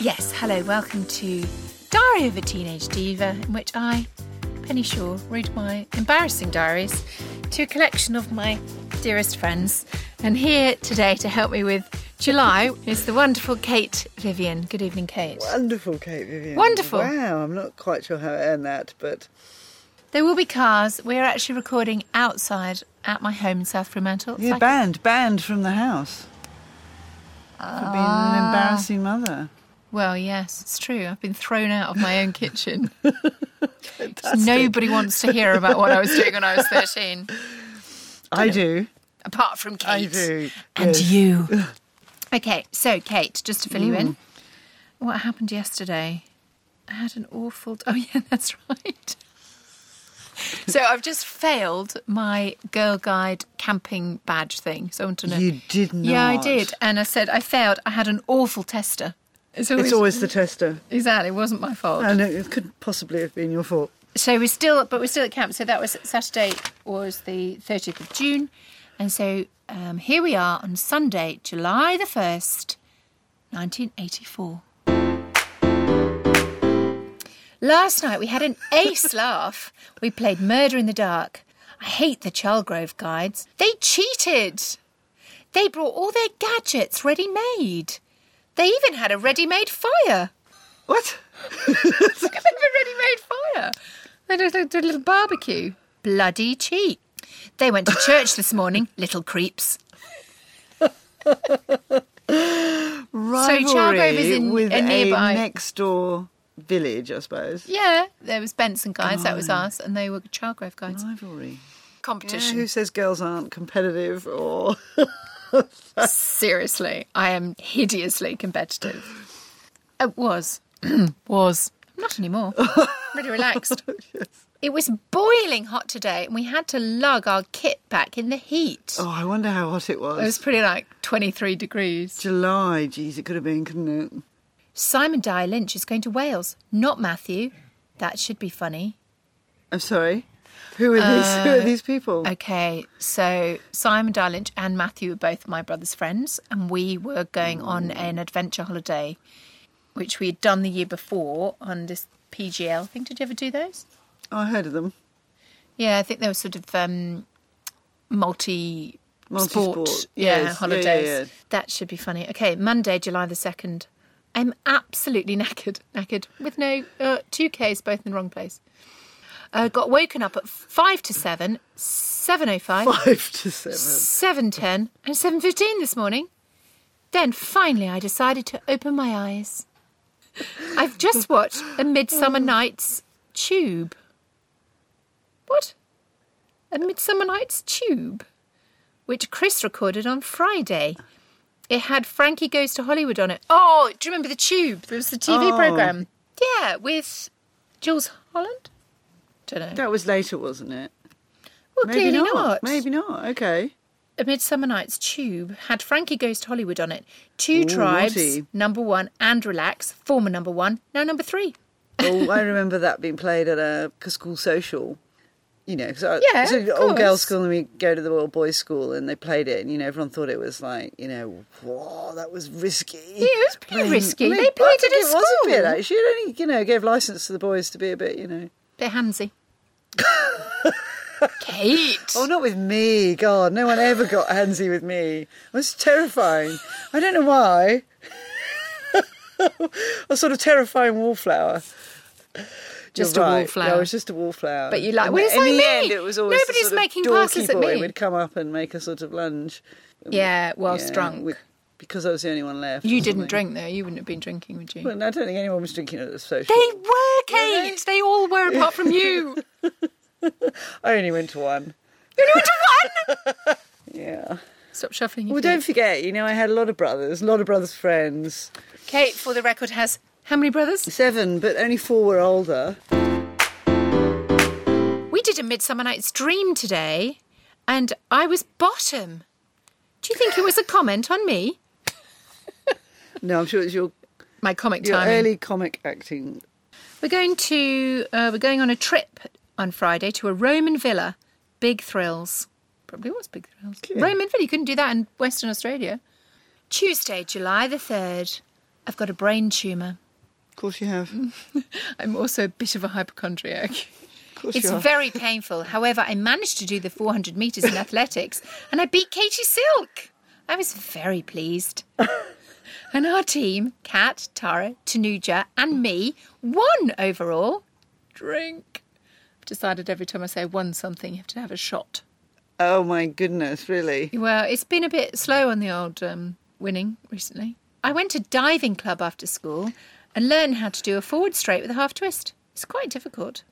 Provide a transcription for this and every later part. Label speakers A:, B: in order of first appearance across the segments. A: Yes, hello, welcome to Diary of a Teenage Diva, in which I, Penny Shaw, read my embarrassing diaries to a collection of my dearest friends. And here today to help me with July is the wonderful Kate Vivian. Good evening, Kate.
B: Wonderful, Kate Vivian.
A: Wonderful.
B: Wow, I'm not quite sure how I earned that, but
A: There will be cars. We're actually recording outside at my home in South Fremantle. It's
B: yeah,
A: like-
B: banned, banned from the house for being an embarrassing mother.
A: Well, yes, it's true. I've been thrown out of my own kitchen. Nobody wants to hear about what I was doing when I was 13,
B: I do.
A: apart from Kate.
B: I do.
A: And
B: yes.
A: you. Mm. okay, so Kate, just to fill you in, what happened yesterday? I had an awful. Oh, yeah, that's right. so I've just failed my Girl Guide camping badge thing. So I want to know.
B: You did not.
A: Yeah, I did. And I said, I failed. I had an awful tester. It's always,
B: It's always the tester,
A: exactly. It wasn't my fault.
B: and it couldn't possibly have been your fault.
A: So we're still, but we're still at camp. So that was Saturday was the 30th of June, and so um, here we are on Sunday, July the first, 1984. Last night we had an ace laugh. We played Murder in the Dark. I hate the Charlgrove guides. They cheated. They brought all their gadgets ready made. They even had a ready made fire.
B: What?
A: I have a ready made fire. They did, they did a little barbecue. Bloody cheap. They went to church this morning, little creeps.
B: Rivalry
A: Chargrove is in
B: with
A: a nearby-
B: next door village, I suppose.
A: Yeah, there was Benson guides, that was us, and they were Chargrove guides.
B: Rivalry. Yeah,
A: Competition.
B: who says girls aren't competitive or
A: Seriously, I am hideously competitive. It was. was. Not anymore. Really relaxed. It was boiling hot today, and we had to lug our kit back in the heat.
B: Oh, I wonder how hot it was.
A: It was pretty like 23 degrees.
B: July. Geez, it could have been, couldn't it?
A: Simon Dyer Lynch is going to Wales, not Matthew. That should be funny.
B: I'm sorry. Who are these? Who
A: Uh,
B: are these people?
A: Okay, so Simon Dyer Lynch and Matthew were both my brother's friends, and we were going on an adventure holiday, which we had done the year before on this PGL thing. Did you ever do those?
B: I heard of them.
A: Yeah, I think they were sort of um, multi
B: Multi-sport,
A: sport
B: yes. Yeah,
A: yeah,
B: yeah,
A: holidays.
B: yeah.
A: That should be funny. Okay, Monday, July the 2nd. I'm absolutely knackered, knackered, with no uh, two Ks both in the wrong place. Uh, got woken up at 5 to oh 7, 7.05,
B: Five to seven.
A: 7.10 and 7.15 this morning. Then finally I decided to open my eyes. I've just watched A Midsummer Night's Tube. What? A Midsummer Night's Tube, which Chris recorded on Friday. It had Frankie Goes to Hollywood on it. Oh, do you remember the Tube? There was the TV
B: Oh.
A: program. Yeah, with Jules Holland. Don't know.
B: That was later, wasn't it?
A: well, clearly not.
B: Maybe not. Okay.
A: A Midsummer Night's Tube had Frankie Goes to Hollywood on it. Two
B: Ooh,
A: Tribes,
B: naughty.
A: number one, and Relax, former number one, now number three.
B: Oh, I remember that being played at a c- school social. You know, because
A: Yeah,
B: so
A: of
B: old
A: course.
B: girls' school and we go to the old boys' school and they played it and you know everyone thought it was like you know whoa that was risky. Yeah,
A: it was pretty risky. They played it at
B: It was a bit
A: school.
B: actually. It only you know gave license to the boys to be a bit you know.
A: Bit handsy. Kate!
B: Oh, not with me. God, no one ever got handsy with me. It was terrifying. I don't know why. a sort of terrifying wallflower.
A: Just
B: You're
A: a
B: right. Yeah,
A: wallflower.
B: I was just a wallflower.
A: But you like-
B: And
A: well, it's
B: in
A: like
B: the
A: me.
B: end, it was always the
A: Nobody's
B: sort of
A: making
B: dorky
A: passes at
B: boy
A: me.
B: would come up and make a sort of lunge.
A: yeah, whilst
B: Yeah,
A: drunk.
B: with- because I was the only one left.
A: you
B: or
A: didn't
B: something.
A: drink though. You wouldn't have been drinking, would you?
B: Well, no, I don't think anyone was drinking at the social.
A: they were, Kate! They all were apart from you.
B: I only went to one.
A: you only went to one!
B: Yeah.
A: Stop shuffling your
B: Well,
A: feet.
B: don't forget, you know, I had a lot of brothers, a lot of brothers' friends.
A: Kate, for the record, has how many brothers?
B: Seven, but only four were older.
A: We did a Midsummer Night's Dream today, and I was bottom. Do you think it was a comment on me?
B: No, I'm sure it's your
A: My comic
B: your
A: timing.
B: early comic acting.
A: We're going to uh, we're going on a trip on Friday to a Roman villa. Big thrills. Probably was big thrills. Roman villa. You couldn't do that in Western Australia. Tuesday, July the third. I've got a brain tumour.
B: Of course you have.
A: I'm also a bit of a hypochondriac.
B: Of course
A: It's
B: you are.
A: very painful. However, I managed to do the 400 metres in athletics and I beat Katie Silk. I was very pleased. and our team, Kat, Tara, Tanuja, and me, won overall. Drink. I've decided every time I say won something, you have to have a shot.
B: oh my goodness, really?
A: Well, it's been a bit slow on the old um, winning recently. I went to diving club after school and learned how to do a forward straight with a half twist. It's quite difficult.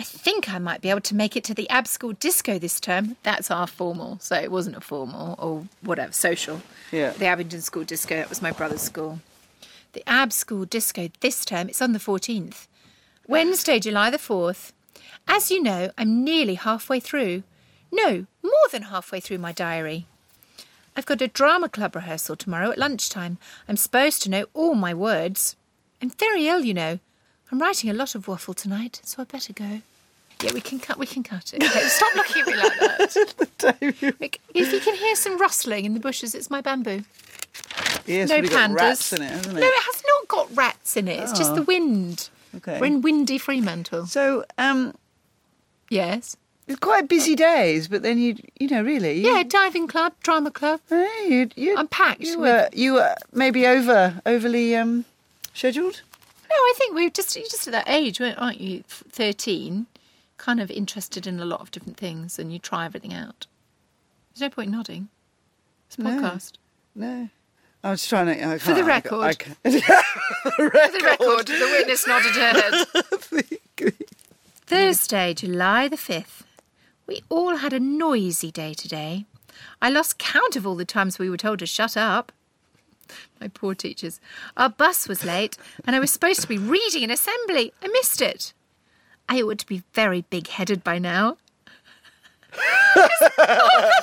A: I think I might be able to make it to the ab school disco this term. That's our formal, so it wasn't a formal or whatever, social.
B: Yeah.
A: The Abingdon School Disco, that was my brother's school. The Ab School Disco this term, it's on the 14th. Wednesday, July the 4th. As you know, I'm nearly halfway through. No, more than halfway through my diary. I've got a drama club rehearsal tomorrow at lunchtime. I'm supposed to know all my words. I'm very ill, you know. I'm writing a lot of waffle tonight, so I better go. Yeah, we can cut. We can cut it. Okay, stop looking at me like that. Mick, if you can hear some rustling in the bushes, it's my bamboo.
B: Yes,
A: no
B: really
A: pandas.
B: got rats in it, hasn't it? Oh.
A: No, it has not got rats in it. It's just the wind.
B: Okay.
A: We're in windy Fremantle.
B: so, um,
A: Yes.
B: it's quite busy days, but then you, you know, really, you,
A: Yeah, diving club, drama club.
B: eh, you, you,
A: I'm packed
B: You
A: with-
B: were, you were maybe over, overly um, scheduled.
A: No, I think we were just you're just at that age, weren't- aren't you? F- Thirteen, kind of interested in a lot of different things, and you try everything out. There's no point nodding. It's a
B: No.
A: podcast.
B: No, I was trying to. I
A: For the
B: can't- I
A: record.
B: ca- I ca-
A: For the record, the witness nodded her head. Thursday, July the 5th. We all had a noisy day today. I lost count of all the times we were told to shut up. My poor teachers. Our bus was late, and I was supposed to be reading an assembly. I missed it. I ought to be very big headed by now.
B: implying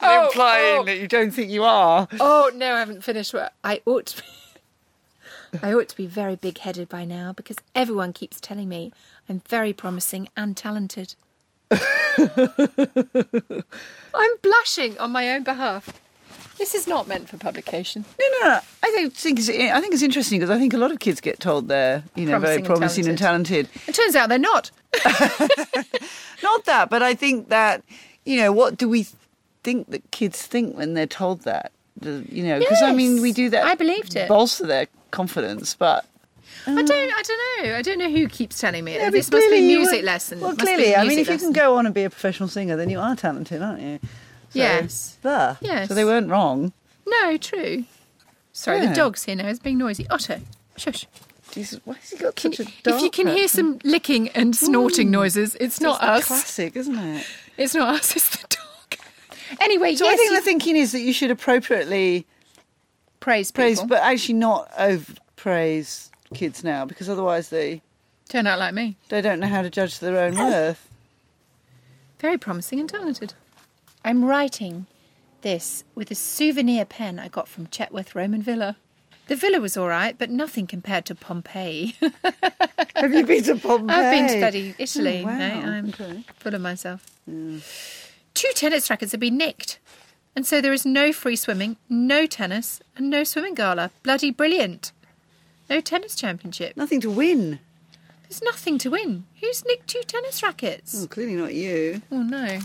A: oh.
B: that you don't think you are.
A: Oh no, I haven't finished what I ought to be. I ought to be very big headed by now because everyone keeps telling me I'm very promising and talented. I'm blushing on my own behalf. This is not meant for publication.
B: No, no, no. I don't think it's. I think it's interesting because I think a lot of kids get told they're, you know, very
A: Promising
B: promising
A: and
B: and talented.
A: It turns out they're not.
B: Not that, but I think that, you know, what do we think that kids think when they're told that? The- You know, because I mean, we
A: Yes,
B: do that.
A: I believed it.
B: Bolster their confidence, but
A: I don't. I don't know. I don't know who keeps telling me.
B: Yeah,
A: it. this
B: but
A: must be
B: Uh. clearly you
A: music
B: were-
A: lesson.
B: Well,
A: Must be a
B: clearly, I mean, if
A: music
B: you can
A: lesson.
B: go on and be a professional singer, then you are talented, aren't you? So,
A: Yes.
B: There.
A: Yes.
B: So they weren't wrong.
A: No, true. Sorry,
B: Yeah.
A: the dog's here now. It's being noisy. Otto, shush.
B: Jesus, why has he got
A: Can
B: such
A: you-
B: a dark
A: if you can hear
B: accent?
A: some licking and snorting noises, it's
B: It's
A: not
B: the
A: us.
B: Classic, isn't it?
A: It's not us. It's the dog. Anyway,
B: So
A: yes,
B: I think
A: you
B: the thinking is that you should appropriately
A: praise people.
B: praise, but actually not over praise kids now because otherwise they
A: Turn out like me.
B: they don't know how to judge their own worth.
A: Very promising and talented. I'm writing this with a souvenir pen I got from Chetworth Roman Villa. The villa was all right, but nothing compared to Pompeii.
B: Have you been to Pompeii?
A: I've been to bloody Italy.
B: Oh, wow.
A: mate. I'm
B: Okay.
A: full of myself. Two tennis rackets have been nicked. And so there is no free swimming, no tennis, and no swimming gala. Bloody brilliant. No tennis championship.
B: Nothing to win.
A: There's nothing to win. Who's nicked two tennis rackets?
B: Oh, clearly not you.
A: Oh no.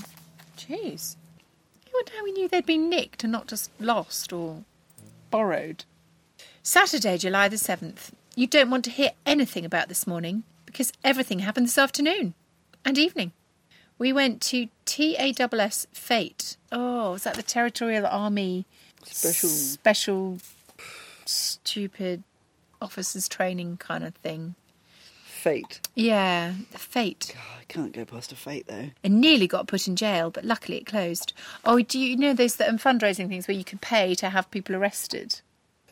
A: Jeez. I wonder how we knew they'd been nicked and not just lost or borrowed. Saturday, July the 7th. You don't want to hear anything about this morning because everything happened this afternoon and evening. We went to TAWS Fate. Oh, was that the Territorial Army
B: Special-
A: special stupid officers training kind of thing?
B: Fate.
A: Yeah, the Fate.
B: God, Oh, I can't go past a fate though.
A: and nearly got put in jail, but luckily it closed. Oh, do you know those um, fundraising things where you can pay to have people arrested?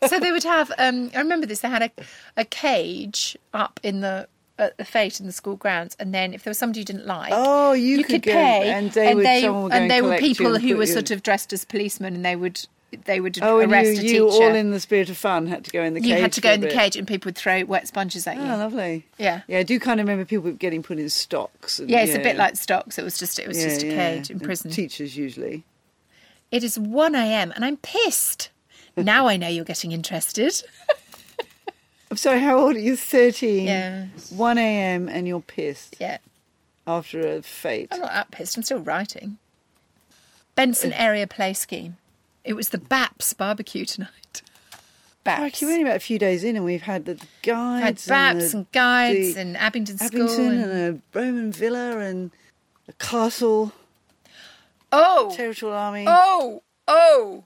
A: so they would have. Um, I remember this. They had a, a cage up in the at the fete in the school grounds, and then if there was somebody you didn't like,
B: Oh, you could go
A: pay,
B: and they would- someone would go
A: and
B: and
A: they were
B: collect you
A: people
B: and
A: who
B: put
A: were
B: you
A: sort
B: in.
A: of dressed as policemen, and they would they would
B: Oh, and
A: arrest
B: you, you
A: a teacher.
B: all in the spirit of fun had to go in the
A: you
B: cage.
A: had to
B: for
A: go
B: a
A: in the
B: bit.
A: cage, and people would throw wet sponges at
B: Oh,
A: you.
B: lovely.
A: Yeah.
B: Yeah, I do kind of remember people getting put in stocks. And,
A: yeah, it's
B: yeah.
A: a bit like stocks. It was just it was
B: Yeah,
A: just a
B: yeah.
A: cage in
B: And
A: prison.
B: Teachers usually.
A: It is 1 a.m. and I'm pissed. Now I know you're getting interested.
B: I'm sorry, how old are you? 13.
A: Yeah.
B: 1 a.m. and you're pissed
A: Yeah.
B: after a fate.
A: I'm not that pissed. I'm still writing. Benson Area Play Scheme. It was the BAPS barbecue tonight.
B: Like, you're only about a few days in, and we've had the
A: Had
B: guides.
A: BAPS
B: the-
A: and guides
B: the
A: and Abingdon School.
B: Abington
A: and-
B: and a Roman villa and a castle,
A: oh,
B: territorial army.
A: oh, oh,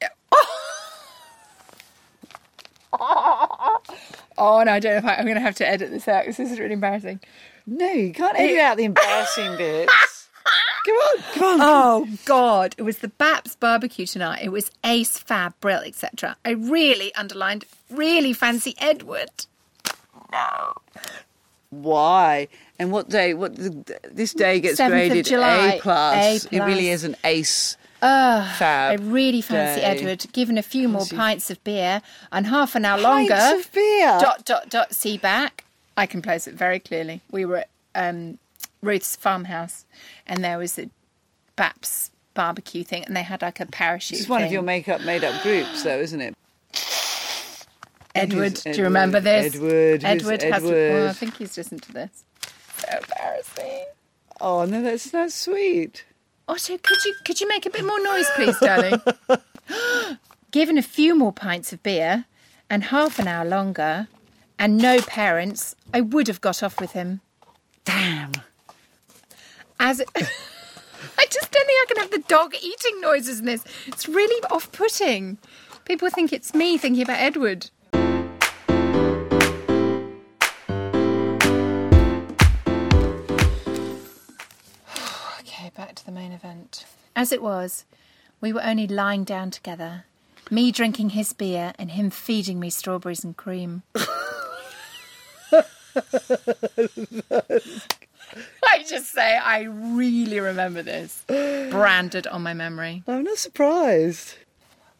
A: oh. and I don't know if I, I'm going to have to edit this out because this is really embarrassing.
B: No, you can't edit out the embarrassing bits. Come on, come on.
A: Oh God! It was the Baps barbecue tonight. It was Ace, Fab, Brill, etc. I really underlined, really fancy Edward.
B: Why? And what day? What the, this day gets
A: 7th of
B: graded
A: July,
B: A plus.
A: A
B: It really
A: plus.
B: is an ace
A: Ugh,
B: fab.
A: I really fancy
B: day.
A: Edward. Given a few more pints of beer and half an hour
B: Pints
A: longer.
B: of beer?
A: Dot dot dot. See back. I can place it very clearly. We were at um, Ruth's farmhouse, and there was the Baps barbecue thing, and they had like a parachute.
B: It's one
A: thing.
B: of your makeup made up groups, though, isn't it?
A: Edward,
B: Who's
A: do you remember
B: Edward?
A: this?
B: Edward, who's
A: Edward has. Well, I
B: Edward?
A: think he's listened to this. So embarrassing.
B: Oh, no, that's not sweet.
A: Otto, could you could you make a bit more noise, please, darling? Given a few more pints of beer and half an hour longer, and no parents, I would have got off with him.
B: Damn.
A: As I just don't think I can have the dog eating noises in this. It's really off-putting. People think it's me thinking about Edward. Okay, back to the main event. As it was, we were only lying down together, me drinking his beer and him feeding me strawberries and cream. I just say, I really remember this. Branded on my memory.
B: I'm not surprised.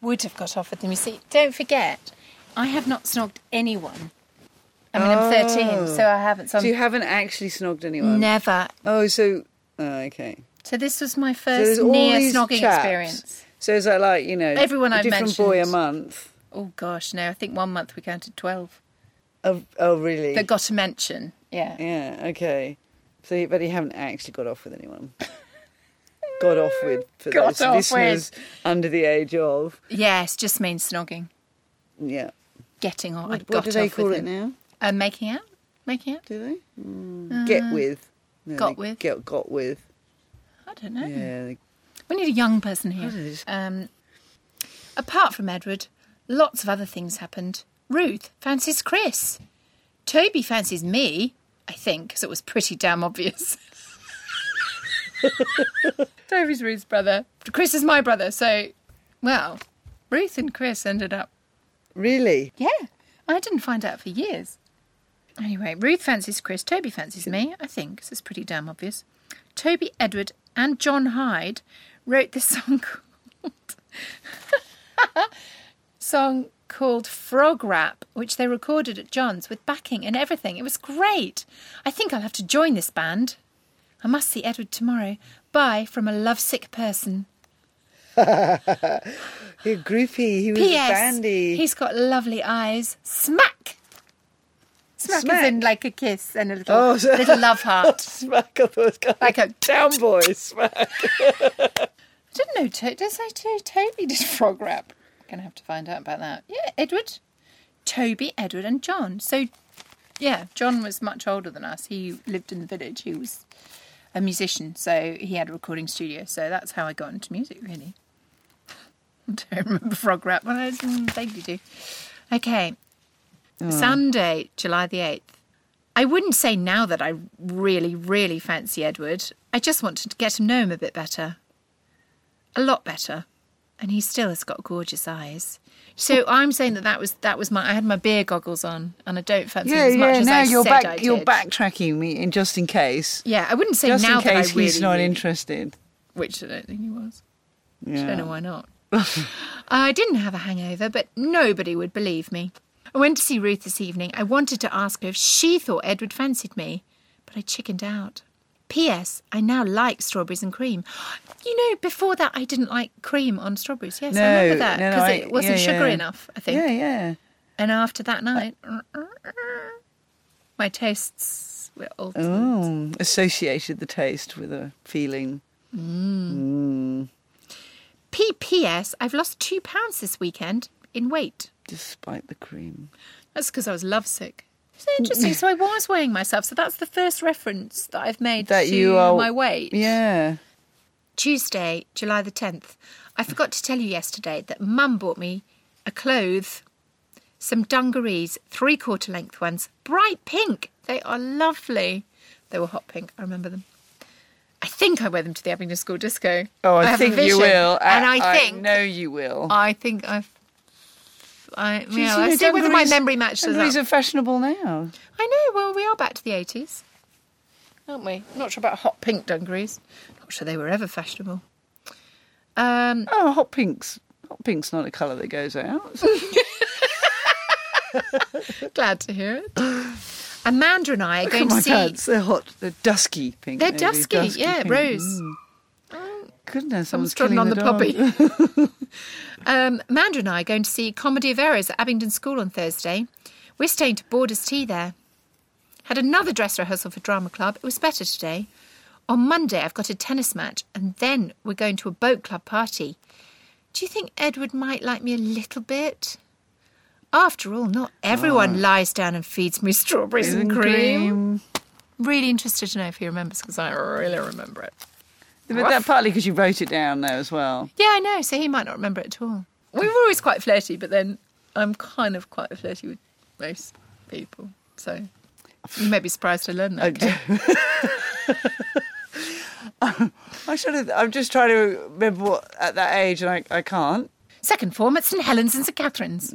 A: Would have got off with him. You see, don't forget, I have not snogged anyone. I mean, I'm 13, so I haven't. So
B: So you
A: I'm
B: haven't actually snogged anyone?
A: never.
B: Oh, so. Oh, okay.
A: So this was my
B: So
A: first
B: all
A: near
B: these
A: snogging
B: chaps.
A: experience.
B: So is that like, you know,
A: Everyone
B: a
A: I've
B: different boy a
A: mentioned.
B: month?
A: Oh gosh, no! I think one month we counted 12
B: Oh, oh really?
A: that got a mention. Yeah.
B: Yeah, okay. So, you- but you haven't actually got off with anyone. got off with for
A: Got
B: those
A: off with.
B: listeners under the age of.
A: Yes, just means snogging,
B: Yeah.
A: getting on. I
B: What,
A: got
B: do they
A: off
B: call
A: with
B: it
A: him.
B: now?
A: Uh, making out, making out.
B: Do they Mm, get with? No,
A: Uh, got
B: they
A: with. Hmm.
B: Get, got with.
A: I don't know.
B: Yeah. they-
A: We need a young person here.
B: don't know, just-
A: Um, apart from Edward, lots of other things happened. Ruth fancies Chris. Toby fancies me, I think, because it was pretty damn obvious. Toby's Ruth's brother. Chris is my brother, so, well, Ruth and Chris ended up.
B: Really?
A: Yeah, I didn't find out for years. Anyway, Ruth fancies Chris. Toby fancies me, I think, so it's pretty damn obvious. Toby, Edward, and John Hyde wrote this song called song called Frog Rap, which they recorded at John's with backing and everything. It was great. I think I'll have to join this band. I must see Edward tomorrow. Bye from a lovesick person.
B: He a groupie. He was a
A: P.S.
B: bandy.
A: He's got lovely eyes. Smack. Smack,
B: Smack.
A: is in like a kiss and a little,
B: Oh, so-
A: little love heart.
B: smack. I thought it was kind
A: Like a-
B: down boy smack.
A: I didn't know. To- did I say to- Toby did frog rap? Gonna have to find out about that. Yeah, Edward, Toby, Edward, and John. So, yeah, John was much older than us. He lived in the village. He was a musician, so he had a recording studio. So that's how I got into music, really. I don't remember frog rap, but I mm, vaguely do. Okay,
B: Mm.
A: Sunday, July the eighth. I wouldn't say now that I really, really fancy Edward. I just wanted to get to know him a bit better. A lot better. And he still has got gorgeous eyes. So I'm saying that that was that was my I had my beer goggles on and I don't fancy him
B: Yeah,
A: as much
B: yeah.
A: as
B: Now
A: I
B: you're
A: said
B: back.
A: I did.
B: You're backtracking me, and just in case,
A: Yeah, I wouldn't say
B: just
A: now
B: in case
A: that I really
B: he's not
A: really-
B: interested.
A: which I don't think he was.
B: Yeah.
A: I don't know why not. I didn't have a hangover, but nobody would believe me. I went to see Ruth this evening. I wanted to ask her if she thought Edward fancied me, but I chickened out. P.S. I now like strawberries and cream. You know, before that, I didn't like cream on strawberries. Yes, I
B: No,
A: remember that
B: no, no,
A: because
B: I-
A: it wasn't
B: yeah,
A: sugary
B: yeah.
A: enough. I think.
B: Yeah, yeah.
A: And after that night, my tastes were altered.
B: Oh, associated the taste with a feeling.
A: PPS, I've lost two pounds this weekend in weight.
B: Despite the cream.
A: That's because I was lovesick. It's interesting. so I was weighing myself. So that's the first reference that I've made
B: That
A: to
B: you are
A: my weight.
B: Yeah.
A: Tuesday, July the 10th. I forgot to tell you yesterday that Mum bought me a clothes, some dungarees, three quarter length ones, bright pink. They are lovely. They were hot pink. I remember them. I think I wear them to the Abingdon School Disco.
B: Oh, I,
A: have a
B: think you
A: vision.
B: will.
A: And I, think
B: know you will.
A: I think I've. I,
B: Jeez,
A: yeah,
B: you
A: I
B: know,
A: see whether my
B: dungarees-
A: memory matches up.
B: dungarees are fashionable now.
A: I know. Well, we are back to the eighties, aren't we? Not sure about hot pink dungarees. Not sure they were ever fashionable. Um,
B: Oh, hot pink's hot pink's not a colour that goes out.
A: glad to hear it. Amanda and I are
B: Oh
A: going
B: my
A: to see.
B: God, it's- they're hot. They're dusky pink.
A: They're
B: maybe,
A: dusky, yeah,
B: pink. Mm.
A: rose.
B: Goodness,
A: Someone's trodden
B: someone's killing
A: on the,
B: the dog.
A: poppy. um, Amanda and I are going to see Comedy of Errors at Abingdon School on Thursday. We're staying to boarders' tea there. Had another dress rehearsal for drama club. It was better today. On Monday, I've got a tennis match, and then we're going to a boat club party. Do you think Edward might like me a little bit? After all, not everyone lies down and feeds me strawberries Oh. and cream. Really interested to know if he remembers because I really remember it.
B: But that partly because you wrote it down though as well.
A: Yeah, I know. So he might not remember it at all. We were always quite flirty, but then I'm kind of quite flirty with most people. So you may be surprised to learn that. Kate.
B: I should have. I'm just trying to remember what at that age, and I, I can't.
A: Second form at St Helens and St Catherine's.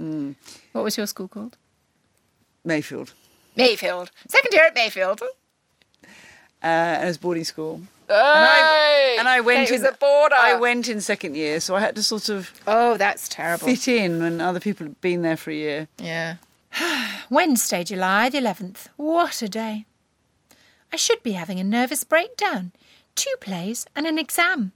A: What was your school called?
B: Mayfield,
A: Mayfield. Second year at Mayfield.
B: uh, and it was boarding school.
A: And
B: I- and I went in.
A: a border.
B: I went in second year, so I had to sort of
A: Oh, that's terrible.
B: fit in when other people had been there for a year.
A: Yeah. Wednesday, July the 11th. What a day. I should be having a nervous breakdown. Two plays and an exam.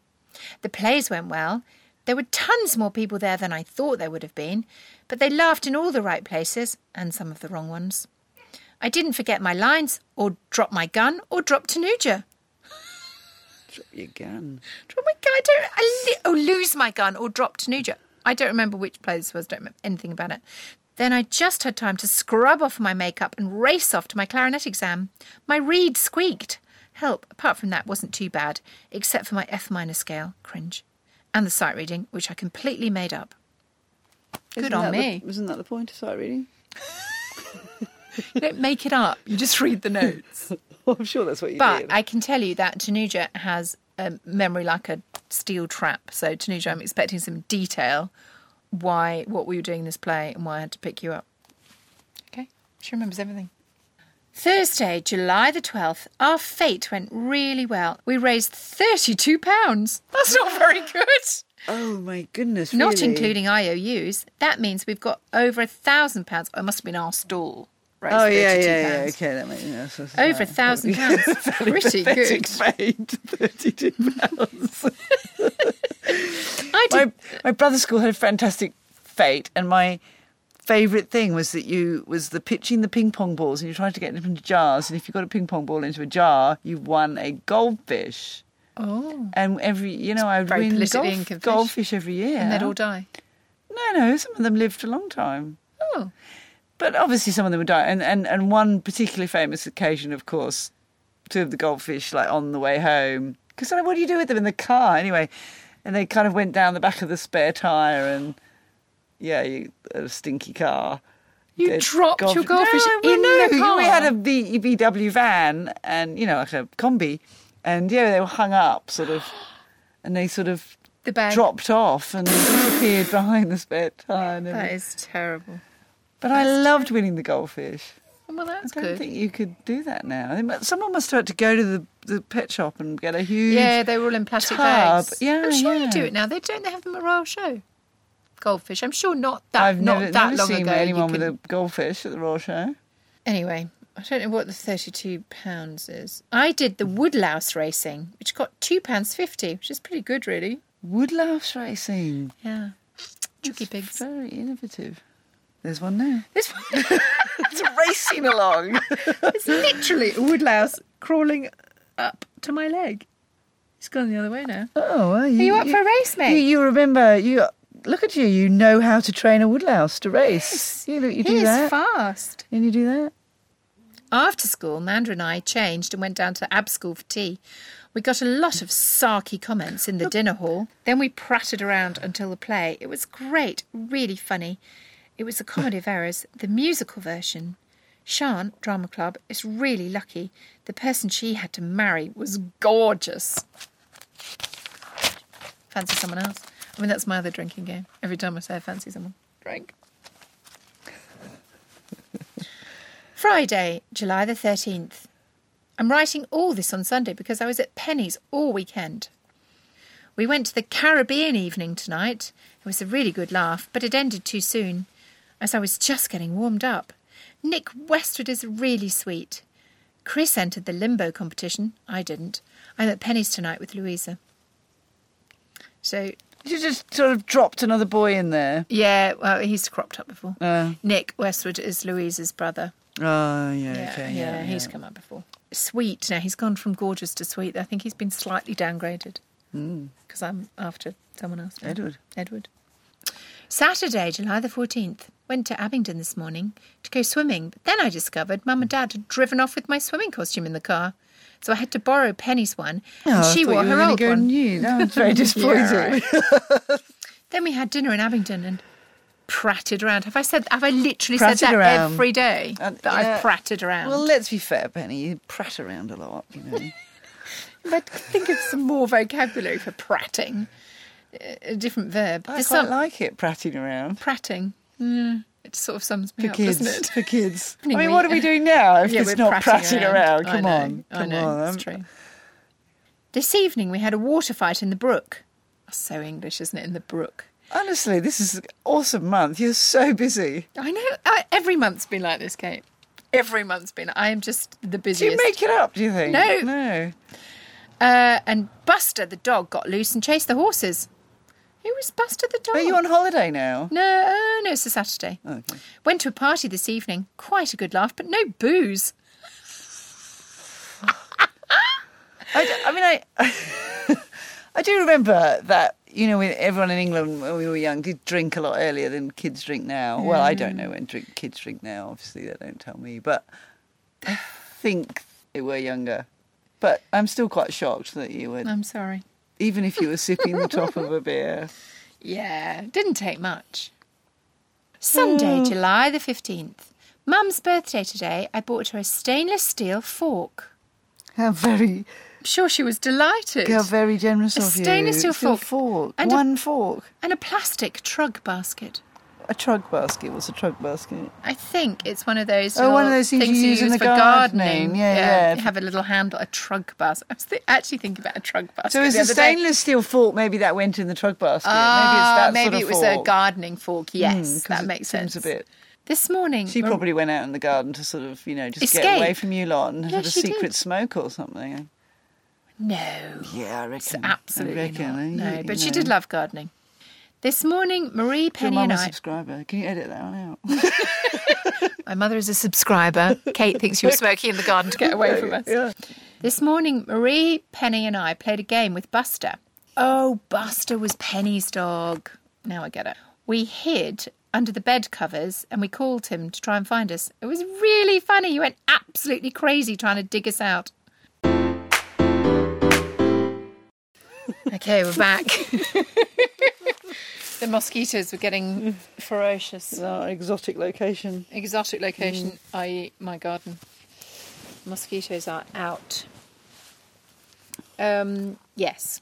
A: The plays went well. There were tons more people there than I thought there would have been, but they laughed in all the right places and some of the wrong ones. I didn't forget my lines, or drop my gun, or drop Tanuja.
B: Drop your gun.
A: Drop my gun. I don't. I li- oh, lose my gun or drop Tanuja. I don't remember which play this was. Don't remember anything about it. Then I just had time to scrub off my makeup and race off to my clarinet exam. My reed squeaked. Help. Apart from that, wasn't too bad, except for my F minor scale cringe, and the sight reading, which I completely made up. Good
B: Isn't
A: on
B: that the-
A: me.
B: isn't that the point of sight reading?
A: You don't make it up. You just read the notes.
B: Well, I'm sure that's what you
A: But
B: did.
A: I can tell you that Tanuja has a memory like a steel trap. So Tanuja, I'm expecting some detail why what we were doing in this play and why I had to pick you up. Okay, she remembers everything. Thursday, July the 12th, our fate went really well. We raised £32. That's not very good.
B: oh my goodness!
A: Not
B: really?
A: including IOUs, that means we've got over a thousand pounds. Oh, it must have been our stall. raised
B: Oh yeah,
A: £32.
B: yeah, yeah. Okay, that makes yeah, that's- that's
A: Over a
B: fine.
A: thousand pounds. Pretty good.
B: Paid thirty-two pounds.
A: I did
B: my my brother's school had a fantastic fate, and my favourite thing was that you was the pitching the ping pong balls, and you tried to get them into jars, and if you got a ping pong ball into a jar, you won a goldfish.
A: Oh.
B: And every, you know, I would
A: very
B: win
A: politically
B: goldf-
A: incorrect.
B: goldfish every year.
A: And they'd all die.
B: no, no, some of them lived a long time.
A: Oh.
B: But obviously, some of them would die. And, and, and one particularly famous occasion, of course, two of the goldfish, like on the way home, because what do you do with them in the car anyway? And they kind of went down the back of the spare tyre and, yeah, you, a stinky car.
A: You
B: Dead
A: dropped your goldfish
B: No, well,
A: in the
B: no,
A: car?
B: We had a E B- VW van and, you know, like a combi. And, yeah, they were hung up, sort of. And they sort of
A: The bag.
B: dropped off and disappeared behind the spare tyre. and
A: That
B: everything.
A: is terrible.
B: But I loved winning the goldfish.
A: Oh, Well, that's
B: I don't
A: good.
B: think you could do that now. They mu- Someone must have had to go to the, the pet shop and get a huge.
A: Yeah, they were all in plastic
B: tub.
A: bags.
B: Yeah,
A: I'm sure you
B: yeah.
A: do it now. They don't. They have them at Royal Show. Goldfish. I'm sure not that.
B: I've
A: not
B: never,
A: that
B: never
A: long
B: seen
A: ago. you
B: anyone with
A: could-
B: a goldfish at the Royal Show.
A: Anyway, I don't know what the thirty-two pounds is. I did the woodlouse racing, which got two pounds fifty, which is pretty good, really.
B: Woodlouse racing.
A: Yeah. Tricky pigs.
B: Very innovative. There's one now.
A: This one
B: It's racing along.
A: is literally a woodlouse crawling up to my leg. It's gone the other way now.
B: Oh, well, you,
A: Are you up for a race, mate?
B: You, you remember? You look at you. You know how to train a woodlouse to race. You look. You
A: He
B: do
A: is
B: that.
A: fast.
B: and you do that.
A: After school, Mandra and I changed and went down to Ab School for tea. We got a lot of sarky comments in the dinner hall. Then we prattled around until the play. It was great, really funny. It was the Comedy of Errors, the musical version. Shan, Drama Club, is really lucky. The person she had to marry was gorgeous. Fancy someone else. I mean, that's my other drinking game. Every time I say I fancy someone, drink. Friday, July the 13th. I'm writing all this on Sunday because I was at Penny's all weekend. We went to the Caribbean evening tonight. It was a really good laugh, but it ended too soon, as I was just getting warmed up. Nick Westwood is really sweet. Chris entered the limbo competition. I didn't. I'm at Penny's tonight with Louisa. So,
B: You just sort of dropped another boy in there.
A: yeah, well, he's cropped up before.
B: Uh,
A: Nick Westwood is Louisa's brother.
B: oh, yeah,
A: Yeah,
B: okay,
A: yeah,
B: yeah,
A: he's
B: yeah.
A: come up before. Sweet. Now he's gone from gorgeous to sweet. I think he's been slightly downgraded because I'm after someone else. now.
B: Hmm. Edward.
A: Edward. Saturday, July the 14th. Went to Abingdon this morning to go swimming, but then I discovered Mum and Dad had driven off with my swimming costume in the car. So I had to borrow Penny's one,
B: Oh, I
A: and she
B: thought
A: wore
B: you were
A: her
B: gonna
A: old
B: go
A: one.
B: New. That was very disappointing.
A: Then we had dinner in Abingdon and pratted around. Have I said? Have I literally
B: Pratted
A: said that
B: around.
A: every day
B: And,
A: that
B: yeah.
A: I've pratted around?
B: Well, let's be fair, Penny. You prat around a lot, you know.
A: But think of some more vocabulary for pratting. A a different verb.
B: I
A: There's
B: quite
A: some-
B: like it, pratting around.
A: pratting. Yeah, it sort of sums me
B: For
A: up,
B: kids.
A: doesn't it?
B: For kids. I
A: Anyway,
B: mean, what are we doing now if it's not pratting, around?
A: I
B: Come
A: know,
B: on.
A: I
B: Come
A: know,
B: on.
A: It's true. This evening we had a water fight in the brook. So English, isn't it? In the brook.
B: Honestly, this is an awesome month. You're so busy.
A: I know. I, every month's been like this, Kate. Every month's been. I am just the
B: Do you
A: busiest.
B: make it up, do you think?
A: No.
B: No.
A: uh, and Buster the dog got loose and chased the horses. Who was Buster the dog?
B: Are you on holiday now?
A: No, no, it's a Saturday.
B: Oh, Okay.
A: Went to a party this evening. Quite a good laugh, but no booze.
B: I, d- I mean, I, I do remember that, you know, when everyone in England when we were young did drink a lot earlier than kids drink now. Well, I don't know when drink, kids drink now, obviously, they don't tell me, but I think they were younger. But I'm still quite shocked that you were,
A: I'm sorry.
B: even if you were sipping the top of a beer.
A: Yeah, didn't take much. Sunday,
B: Mm.
A: July the 15th. Mum's birthday today, I bought her a stainless steel fork.
B: How very,
A: I'm sure she was delighted.
B: how very generous
A: A
B: of you.
A: stainless steel
B: Still
A: fork.
B: fork.
A: And a-
B: One fork.
A: And a plastic trug basket.
B: A trug basket. What's a trug basket?
A: I think it's one of those.
B: Oh, one of
A: little
B: those things you use in the
A: for
B: gardening. Yeah, yeah.
A: Have a little handle, a trug basket. I was th- actually thinking about a trug basket.
B: So it's
A: the
B: a
A: other day.
B: stainless steel fork. Maybe that went in the trug basket.
A: Ah,
B: maybe it's that
A: maybe
B: sort of
A: it was
B: fork.
A: a gardening fork. Hmm, Yes,
B: Mm, 'Cause
A: that
B: it
A: makes
B: seems
A: sense.
B: A bit.
A: This morning,
B: She
A: Mar-
B: probably went out in the garden to sort of, you know, just get
A: Escape.
B: away from you lot and
A: Yeah,
B: had a
A: she did.
B: secret smoke or something.
A: no,
B: Yeah, I
A: it's
B: reckon.
A: absolutely
B: I reckon.
A: not.
B: eh? You-
A: no,
B: you
A: but she
B: know.
A: did love gardening. This morning, Marie
B: Your
A: Penny
B: mum
A: and
B: a
A: I.
B: subscriber. Can you edit that one out?
A: My mother is a subscriber. Kate thinks you were smoking in the garden to get away from us.
B: yeah.
A: This morning, Marie, Penny, and I played a game with Buster. Oh, Buster was Penny's dog. Now I get it. We hid under the bed covers and we called him to try and find us. It was really funny. He went absolutely crazy trying to dig us out. Okay, we're back. the mosquitoes were getting ferocious.
B: It's our exotic location.
A: Exotic location, i.e., my garden. Mm. Mosquitoes are out. Um, yes.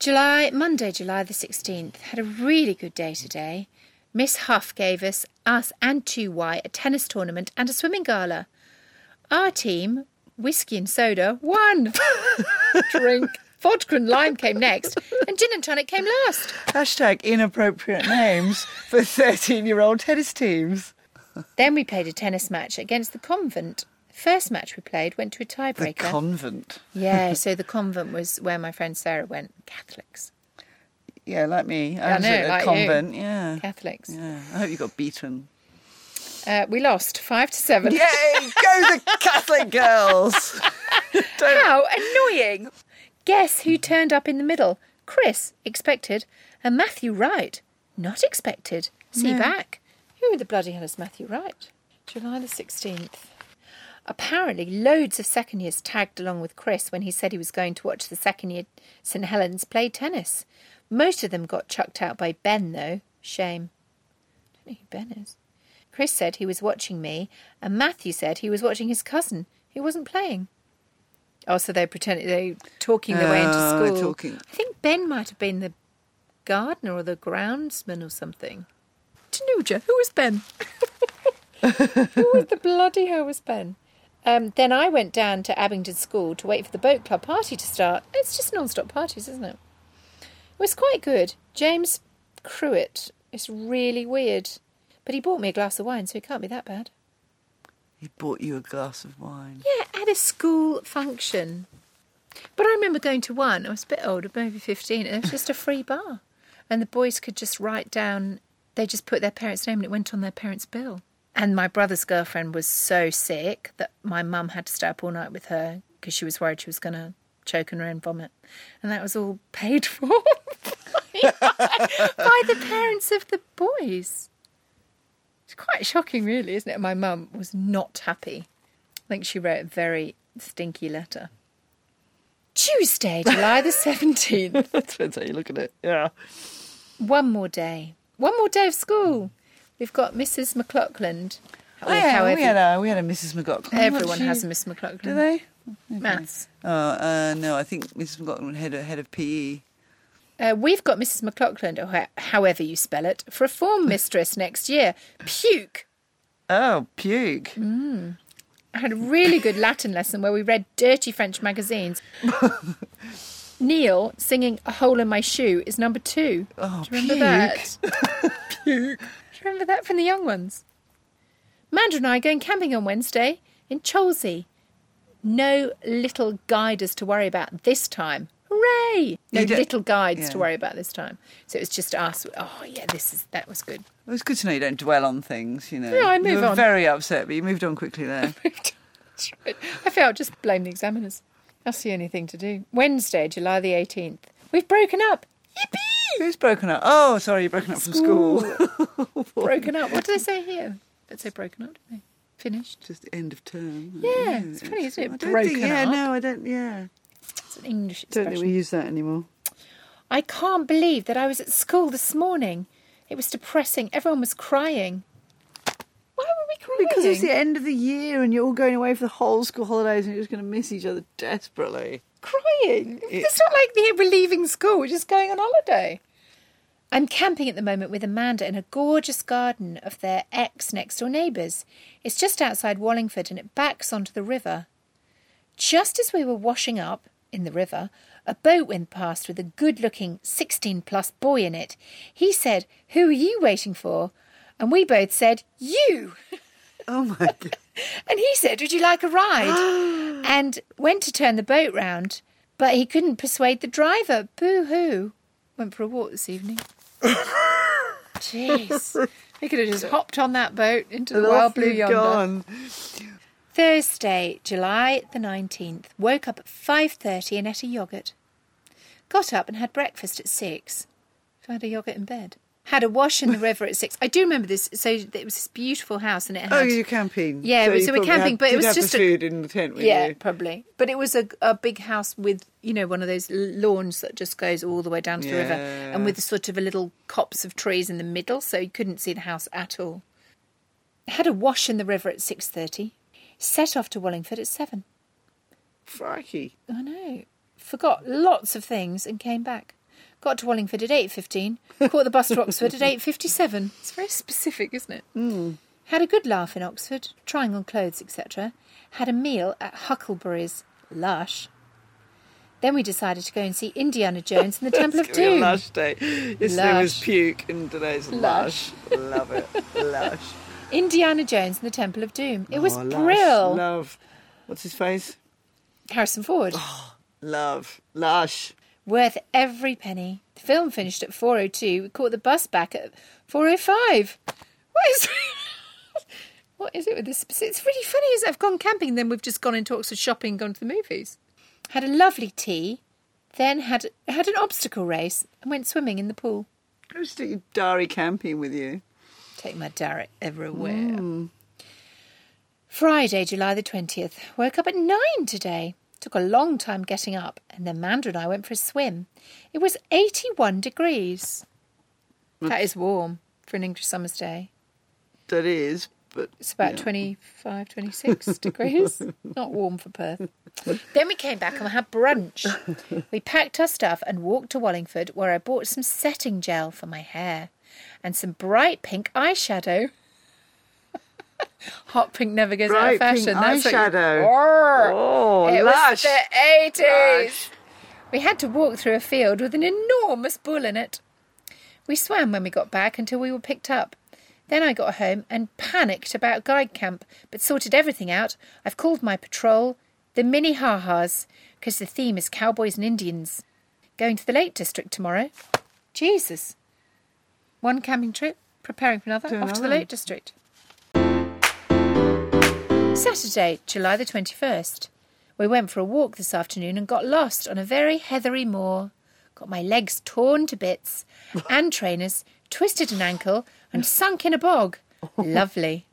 A: July, Monday, July the 16th. Had a really good day today. Miss Huff gave us, us and 2Y, a tennis tournament and a swimming gala. Our team, whiskey and soda, won. Drink. Vodka and lime came next, and gin and tonic came last.
B: Hashtag inappropriate names for 13 year old tennis teams.
A: Then we played a tennis match against the convent. First match we played went to a
B: The
A: tiebreaker.
B: convent.
A: yeah, so the convent was where my friend Sarah went, Catholics.
B: Yeah, like me. I
A: Yeah, I
B: was
A: know,
B: at a
A: like you.
B: convent. Yeah.
A: Catholics.
B: Yeah. I hope you got beaten.
A: Uh, we lost five to seven.
B: Yay! Go the Catholic girls. Don't.
A: How annoying! Guess who turned up in the middle? Chris, expected, and Matthew Wright, not expected. See back. Who the bloody hell is Matthew Wright? July the 16th. Apparently, loads of second years tagged along with Chris when he said he was going to watch the second year St Helens play tennis. Most of them got chucked out by Ben, though. Shame. I don't know who Ben is. Chris said he was watching me, and Matthew said he was watching his cousin, who wasn't playing. Oh, so they pretended they were talking their way into
B: Oh, they're
A: school.
B: talking.
A: I think Ben might have been the gardener or the groundsman or something. Tanuja, who was Ben? who was the bloody hell was Ben? Um, then I went down to Abingdon School to wait for the boat club party to start. It's just non-stop parties, isn't it? It was quite good. James Cruitt is really weird, but he bought me a glass of wine, so it can't be that bad.
B: He bought you a glass of wine.
A: Yeah, at a school function. But I remember going to one, I was a bit older, maybe 15, and it was just a free bar. And the boys could just write down, they just put their parents' name and it went on their parents' bill. And my brother's girlfriend was so sick that my mum had to stay up all night with her because she was worried she was going to choke on her own vomit. And that was all paid for by, by the parents of the boys. It's quite shocking, really, isn't it? And My mum was not happy. I think she wrote a very stinky letter. Tuesday, July the 17th.
B: Depends how you look at it. Yeah.
A: One more day. One more day of school. We've got Mrs. McLaughlin.
B: Oh, yeah, we had a we had a Mrs. McLaughlin.
A: everyone
B: What, she-
A: has a Miss
B: Do
A: McLaughlin.
B: they?
A: Maths.
B: Oh uh, no, I think Mrs. McLaughlin head of head of PE.
A: Uh, we've got Mrs. McLaughlin, or ho- however you spell it, for a form mistress next year. Puke.
B: Oh, puke.
A: I had a really good Latin lesson where we read dirty French magazines. Neil singing A Hole in My Shoe is number two.
B: Oh,
A: Do you remember
B: puke.
A: that? puke. Do you remember that from the young ones? Mandra and I are going camping on Wednesday in Cholsey. No little guiders to worry about this time. Hooray! No
B: You don't-
A: little guides to
B: yeah.
A: worry about this time. So it was just us. Oh yeah, this is that was good.
B: Well, it's good to know you don't dwell on things. You know.
A: No, I
B: You
A: move
B: were
A: on.
B: Very upset, but you moved on quickly there.
A: That's right. I feel I'll just blame the examiners. That's the only thing to do. Wednesday, July the 18th. We've broken up.
B: Who's broken up? Oh, sorry, you're broken up from school.
A: Broken up. What do they say here? Don't say broken up, do they? Finished.
B: Just end of term.
A: Yeah, it's funny, isn't it?
B: I don't
A: Broken
B: think, yeah,
A: up.
B: no, I don't. Yeah,
A: It's an English
B: don't
A: expression.
B: think we use that anymore.
A: I can't believe that I was at school this morning. It was depressing. Everyone was crying. Why were we crying?
B: Because it's the end of the year and you're all going away for the whole school holidays and you're just going to miss each other desperately.
A: crying. It's not like the- we're leaving school, we're just going on holiday. I'm camping at the moment with Amanda in a gorgeous garden of their ex next door neighbours. It's just outside Wallingford and it backs onto the river. Just as we were washing up in the river, a boat went past with a good looking 16 plus boy in it. He said, Who are you waiting for? And we both said, You!
B: Oh my god!
A: And he said, Would you like a ride? and went to turn the boat round, but he couldn't persuade the driver. Boo hoo. Went for a walk this evening. Jeez. He could have just hopped on that boat into the
B: And
A: wild
B: off
A: blue
B: you've
A: yonder.
B: gone.
A: Thursday, July the 19th. Woke up at 5:30 and ate a yogurt. Got up and had breakfast at 6. So I had a yogurt in bed. Had a wash in the river at 6. I do remember this. So it was this beautiful house and it had
B: Oh, you're camping.
A: Yeah, we-
B: you
A: so we're
B: probably had-
A: camping, but it
B: did
A: was
B: have the
A: just a-
B: food in the tent. With
A: Yeah,
B: you.
A: probably. But it was a, a big house with, you know, one of those l- lawns that just goes all the way down to the river and with sort of a little copse of trees in the middle so you couldn't see the house at all. Had a wash in the river at 6:30. Set off to Wallingford at 7.
B: Frikey.
A: I know. Forgot lots of things and came back. Got to Wallingford at eight fifteen. Caught the bus to Oxford at eight fifty-seven. It's very specific, isn't it?
B: Hmm.
A: Mm. Had a good laugh in Oxford, trying on clothes, etc. Had a meal at Huckleberry's Lush. Then we decided to go and see Indiana Jones and the Temple of
B: It's gonna be a
A: Doom.
B: lush day. Yesterday was
A: Lush.
B: puke and today's lush. Love it. Lush.
A: Indiana Jones and the Temple of Doom. It was
B: Oh, lush.
A: brill.
B: Love. What's his face?
A: Harrison Ford.
B: Love. Lush.
A: Worth every penny. The film finished at 4.02. We caught the bus back at 4.05. What is... what is it with this? It's really funny, is I've gone camping, then we've just gone and talks of shopping, gone to the movies. Had a lovely tea, then had had an obstacle race and went swimming in the pool.
B: I was doing diary camping with you.
A: Take my Derek everywhere. Friday, July the 20th. Woke up at nine today. Took a long time getting up, and then Mandra and I went for a swim. It was 81 degrees. That is warm for an English summer's day.
B: That is, but
A: It's about twenty-five, twenty-six 25, 26 degrees. Not warm for Perth. Then we came back and had brunch. We packed our stuff and walked to Wallingford, where I bought some setting gel for my hair and some bright pink eyeshadow. Hot pink never goes out of
B: Bright pink
A: fashion. That's what you-
B: eyeshadow.
A: Arr!
B: Oh,
A: it
B: lush.
A: was the 80s.
B: Lush.
A: We had to walk through a field with an enormous bull in it. We swam when we got back until we were picked up. Then I got home and panicked about guide camp, but sorted everything out. I've called my patrol the Mini Hahas because the theme is cowboys and Indians. Going to the Lake District tomorrow. Jesus. One camping trip, preparing for another,
B: To
A: off to the
B: another.
A: Lake District. Saturday, July the 21st. We went for a walk this afternoon and got lost on a very heathery moor. Got my legs torn to bits and trainers, twisted an ankle, and sunk in a bog. Lovely.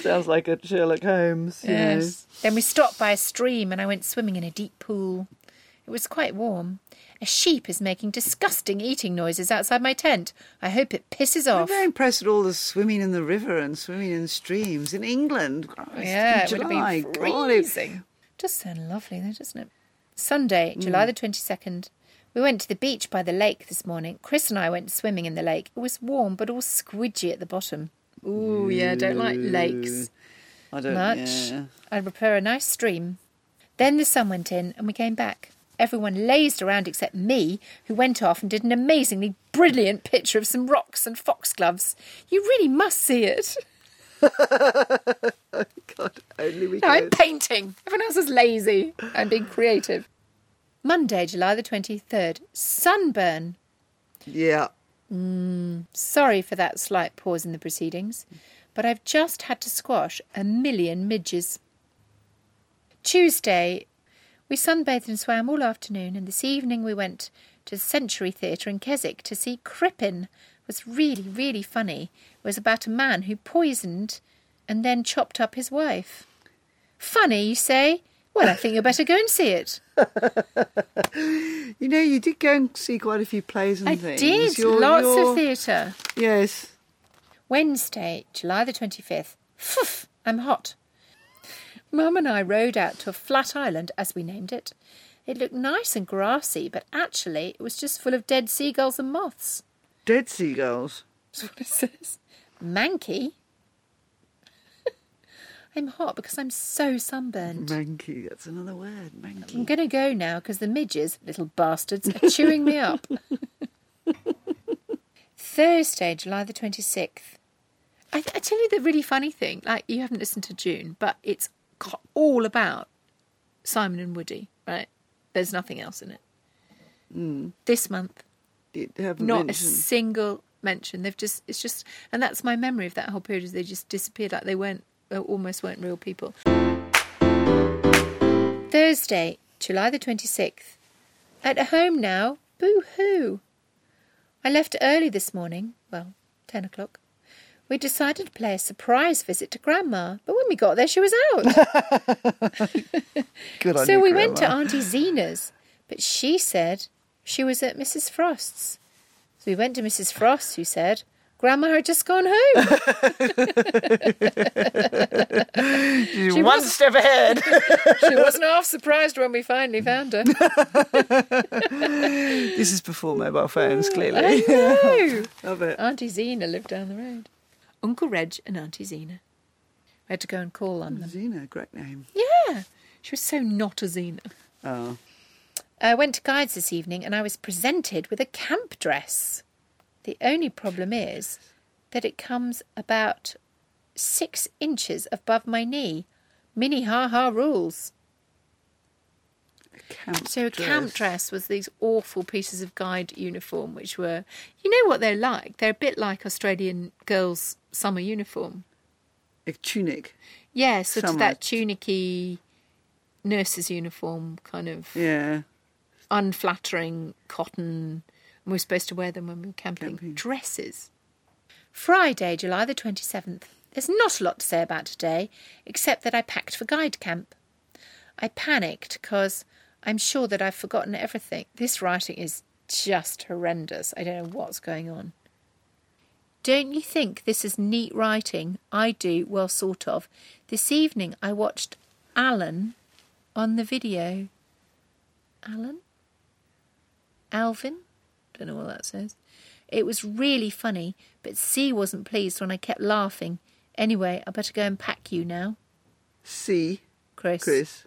B: sounds like a Sherlock Holmes. you know.
A: Then we stopped by a stream and I went swimming in a deep pool. It was quite warm. A sheep is making disgusting eating noises outside my tent. I hope it pisses
B: I'm
A: off.
B: very impressed with all the swimming in the river and swimming in streams in England. Christ,
A: Yeah,
B: in
A: it would have
B: July,
A: been
B: God, it-
A: freezing. Does sound lovely, though, doesn't it? Sunday, July the twenty-second. We went to the beach by the lake this morning. Chris and I went swimming in the lake. It was warm, but all squidgy at the bottom. Ooh, yeah, don't like lakes
B: I don't
A: much.
B: yeah.
A: I'd prefer a nice stream. Then the sun went in and we came back. Everyone lazed around except me, who went off and did an amazingly brilliant picture of some rocks and foxgloves. You really must see it.
B: God, only we
A: No, I'm
B: could.
A: painting. Everyone else is lazy. I'm being creative. Monday, July the 23rd. Sunburn.
B: Yeah.
A: Sorry for that slight pause in the proceedings, but I've just had to squash a million midges. Tuesday, we sunbathed and swam all afternoon, and this evening we went to the Century Theatre in Keswick to see Crippen. It was really, really funny. It was about a man who poisoned and then chopped up his wife. Funny, you say? Well, I think you better go and see it.
B: You know, you did go and see quite a few plays and
A: I
B: things.
A: did.
B: You're-
A: Lots
B: you're-
A: of theatre.
B: Yes.
A: Wednesday, July the 25th. Phew, I'm hot. Mum and I rode out to a flat island, as we named it. It looked nice and grassy, but actually it was just full of dead seagulls and moths.
B: Dead seagulls.
A: That's what it says. Manky. I'm hot because I'm so sunburned.
B: Manky, that's another word. Manky.
A: I'm going to go now because the midges, little bastards, are chewing me up. Thursday, July the 26th. I, I tell you the really funny thing, like you haven't listened to June, but it's got all about Simon and Woody, right? There's nothing else in it. This month,
B: You haven't
A: not a
B: mentioned.
A: single mention. They've just, it's just, and that's my memory of that whole period is they just disappeared, like they weren't, they almost weren't real people. Thursday, July the 26th. At home now, boo hoo. I left early this morning, well, 10 o'clock. We decided to play a surprise visit to Grandma, but when we got there, she was out.
B: Good on
A: So
B: you,
A: we went to
B: Grandma.
A: Auntie Zena's, but she said she was at Mrs. Frost's. So we went to Mrs. Frost, who said Grandma had just gone home.
B: She's
A: she
B: one
A: was-
B: step ahead.
A: she wasn't half surprised when we finally found her.
B: this is before mobile phones, clearly.
A: I know.
B: Love it.
A: Auntie Zena lived down the road. Uncle Reg and Auntie Zena. We had to go and call on them.
B: Zena, great name.
A: Yeah, she was so not a Zena.
B: Oh.
A: I went to guides this evening and I was presented with a camp dress. The only problem is that it comes about six inches above my knee. Mini ha ha rules.
B: Camp
A: So a camp dress was these awful pieces of guide uniform, which were, you know what they're like? They're a bit like Australian girls' summer uniform.
B: A tunic.
A: Yeah, sort
B: Summer.
A: of that tunicky nurse's uniform, kind of
B: Yeah.
A: unflattering cotton. And we were supposed to wear them when we were camping.
B: Camping.
A: Dresses. Friday, July the 27th. There's not a lot to say about today, except that I packed for guide camp. I panicked because I'm sure that I've forgotten everything. This writing is just horrendous. I don't know what's going on. Don't you think this is neat writing? I do, well, sort of. This evening I watched Alan on the video. Alan? Alvin? Don't know what that says. It was really funny, but C wasn't pleased when I kept laughing. Anyway, I better go and pack you now,
B: C.
A: Chris.
B: Chris.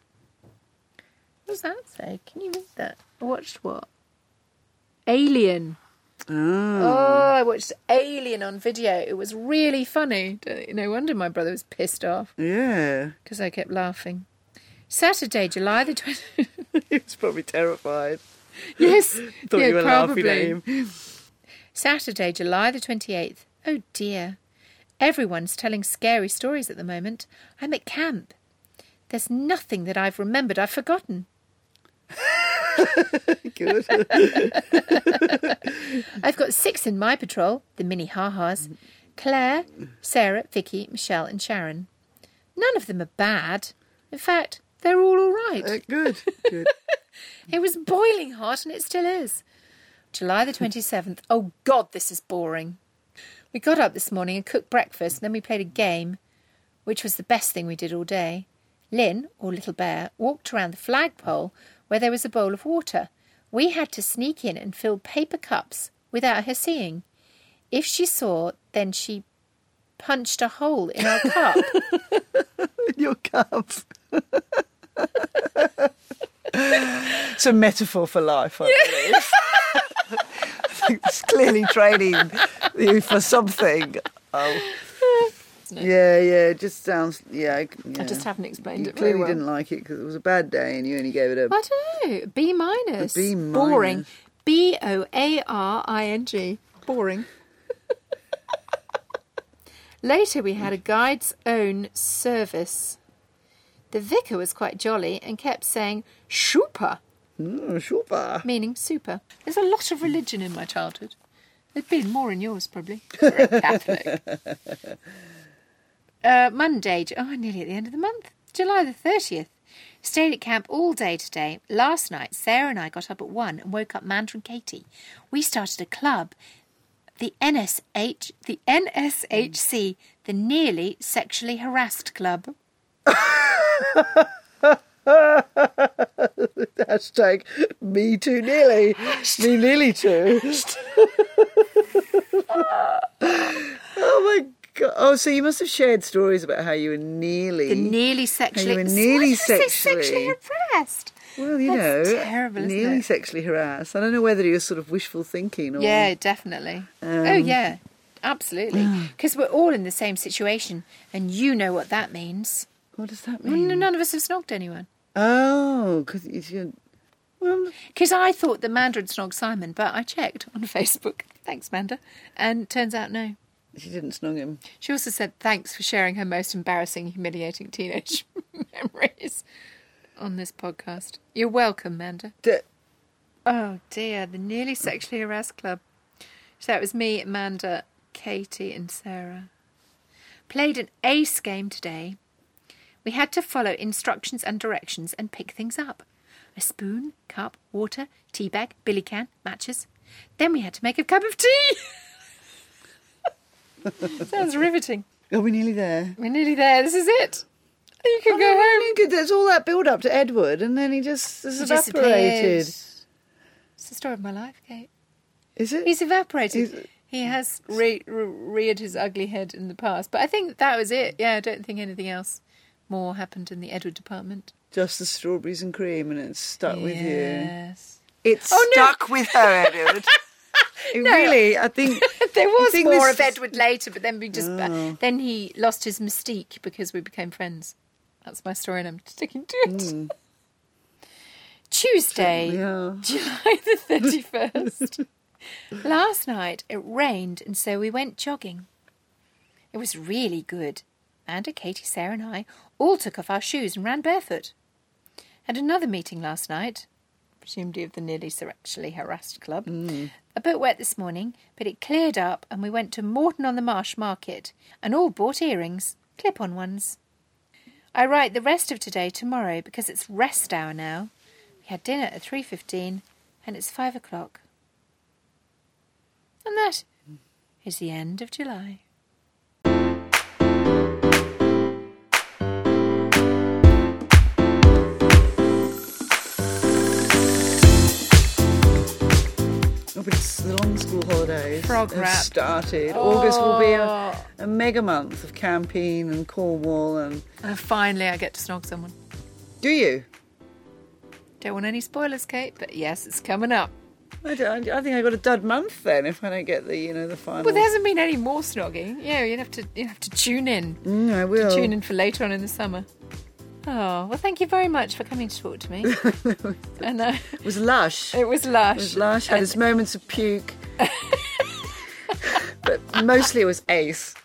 A: What does that say? Can you read that? I watched what? Alien.
B: Oh.
A: Oh, I watched Alien on video. It was really funny. Don't- No wonder my brother was pissed off
B: Yeah.
A: because I kept laughing. Saturday, July the 20th.
B: he was probably terrified.
A: yes.
B: Thought
A: yeah,
B: you were
A: probably.
B: laughing at him.
A: Saturday, July the 28th. Oh dear. Everyone's telling scary stories at the moment. I'm at camp. There's nothing that I've remembered I've forgotten.
B: Good.
A: I've got six in my patrol, the mini ha-has. Claire, Sarah, Vicky, Michelle and Sharon. None of them are bad. In fact, they're all all right.
B: Uh, good. Good.
A: It was boiling hot and it still is. July the 27th. Oh, God, this is boring. We got up this morning and cooked breakfast, and then we played a game, which was the best thing we did all day. Lynn, or Little Bear, walked around the flagpole where there was a bowl of water. We had to sneak in and fill paper cups without her seeing. If she saw, then she punched a hole in our cup.
B: Your cup. it's a metaphor for life, I believe. it's clearly training you for something. Oh. Yeah, yeah, it just sounds. Yeah, I- yeah.
A: haven't explained
B: you clearly didn't like it because it was a bad day and you only gave it a.
A: I don't know. B minus.
B: B
A: Boring.
B: minus.
A: B O A R I N G. Boring. Later, we had a guide's own service. The vicar was quite jolly and kept saying "super,"
B: Mm, super.
A: meaning super. There's a lot of religion in my childhood. There'd been more in yours, probably. You're a Catholic. uh, Monday. Ju- Oh, nearly at the end of the month. July the 30th. Stayed at camp all day today. Last night, Sarah and I got up at 1 and woke up Mandra and Katie. We started a club, the NSH, the NSHC, the Nearly Sexually Harassed Club.
B: Hashtag me too nearly. me nearly too. oh my god. Oh, so you must have shared stories about how you were nearly.
A: The Nearly Sexually...
B: Mm. were
A: Why
B: nearly
A: did I say
B: sexually-
A: sexually harassed.
B: well, you
A: That's
B: know,
A: terrible, isn't
B: nearly
A: it?
B: sexually harassed. I don't know whether you're sort of wishful thinking or.
A: Yeah, definitely. oh, yeah, absolutely. Because we're all in the same situation, and you know what that means.
B: What does that
A: Well,
B: mean?
A: n- None of us have snogged anyone.
B: Oh, because you. Well,
A: Because I thought the Manda had snogged Simon, but I checked on Facebook. Thanks, Manda. And turns out no.
B: she didn't snog him.
A: She also said thanks for sharing her most embarrassing, humiliating teenage memories on this podcast. You're welcome, Manda.
B: D-
A: Oh dear, the nearly sexually harassed club. So that was me, Amanda, Katie, and Sarah. Played an ace game today. We had to follow instructions and directions and pick things up a spoon, cup, water, tea bag, billy can, matches. Then we had to make a cup of tea. Sounds riveting.
B: Are we nearly there?
A: We're nearly there. This is it. You can go home.
B: Really good. There's all that build up to Edward, and then he just has
A: He
B: evaporated.
A: disappeared. It's the story of my life, Kate.
B: Is it?
A: He's evaporated.
B: He's-
A: he has re- re- reared his ugly head in the past, but I think that was it. Yeah, I don't think anything else more happened in the Edward department.
B: just the strawberries and cream, and it's stuck with you.
A: yes.
B: It's
A: Oh, no.
B: stuck with her, Edward. It Really, I think
A: There was
B: think
A: more
B: this
A: of
B: is-
A: Edward later, but then we just uh, then he lost his Hmm. mystique because we became friends. That's my story, and I'm sticking to it. Tuesday,
B: Yeah.
A: July the 31st. Last night it rained, and so we went jogging. It was really good. Amanda, Katie, Sarah, and I all took off our shoes and ran barefoot. Had another meeting last night, presumably of the nearly sexually harassed club. A bit wet this morning, but it cleared up, and we went to Morton on the Marsh market and all bought earrings, clip on ones. I write the rest of today tomorrow because it's rest hour now. We had dinner at three fifteen, and it's five o'clock. And that is the end of July.
B: Oh, but it's the long school holidays.
A: Frog
B: have
A: wrap.
B: started. August will be a, a mega month of camping and Cornwall and.
A: And Uh, finally, I get to snog someone.
B: Do you?
A: Don't want any spoilers, Kate, but yes, it's coming up.
B: I, don't- I think I got a dud month then if I don't get the you know the final.
A: Well, there hasn't been any more snogging. Yeah, you'd have to you'd have to tune in.
B: Mm, I will.
A: Tune in for later on in the summer. Oh well, thank you very much for coming to talk to me. and uh,
B: It was lush. It
A: it was lush.
B: was lush. Had its moments of puke. but mostly it was ace.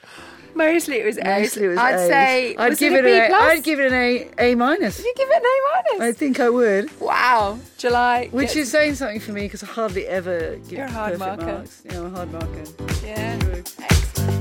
A: Mostly it was eight.
B: Mostly it was
A: I'd
B: ace.
A: say
B: I'd
A: was
B: give
A: it,
B: it,
A: a B
B: an
A: plus?
B: A. I'd give it an A A minus.
A: You give it an A
B: I
A: minus.
B: think I would.
A: Wow, July.
B: Which
A: gets-
B: is saying something for me because I hardly ever give
A: You're a hard
B: perfect
A: marker.
B: marks. Yeah, I'm a hard marker.
A: yeah,
B: True.
A: excellent.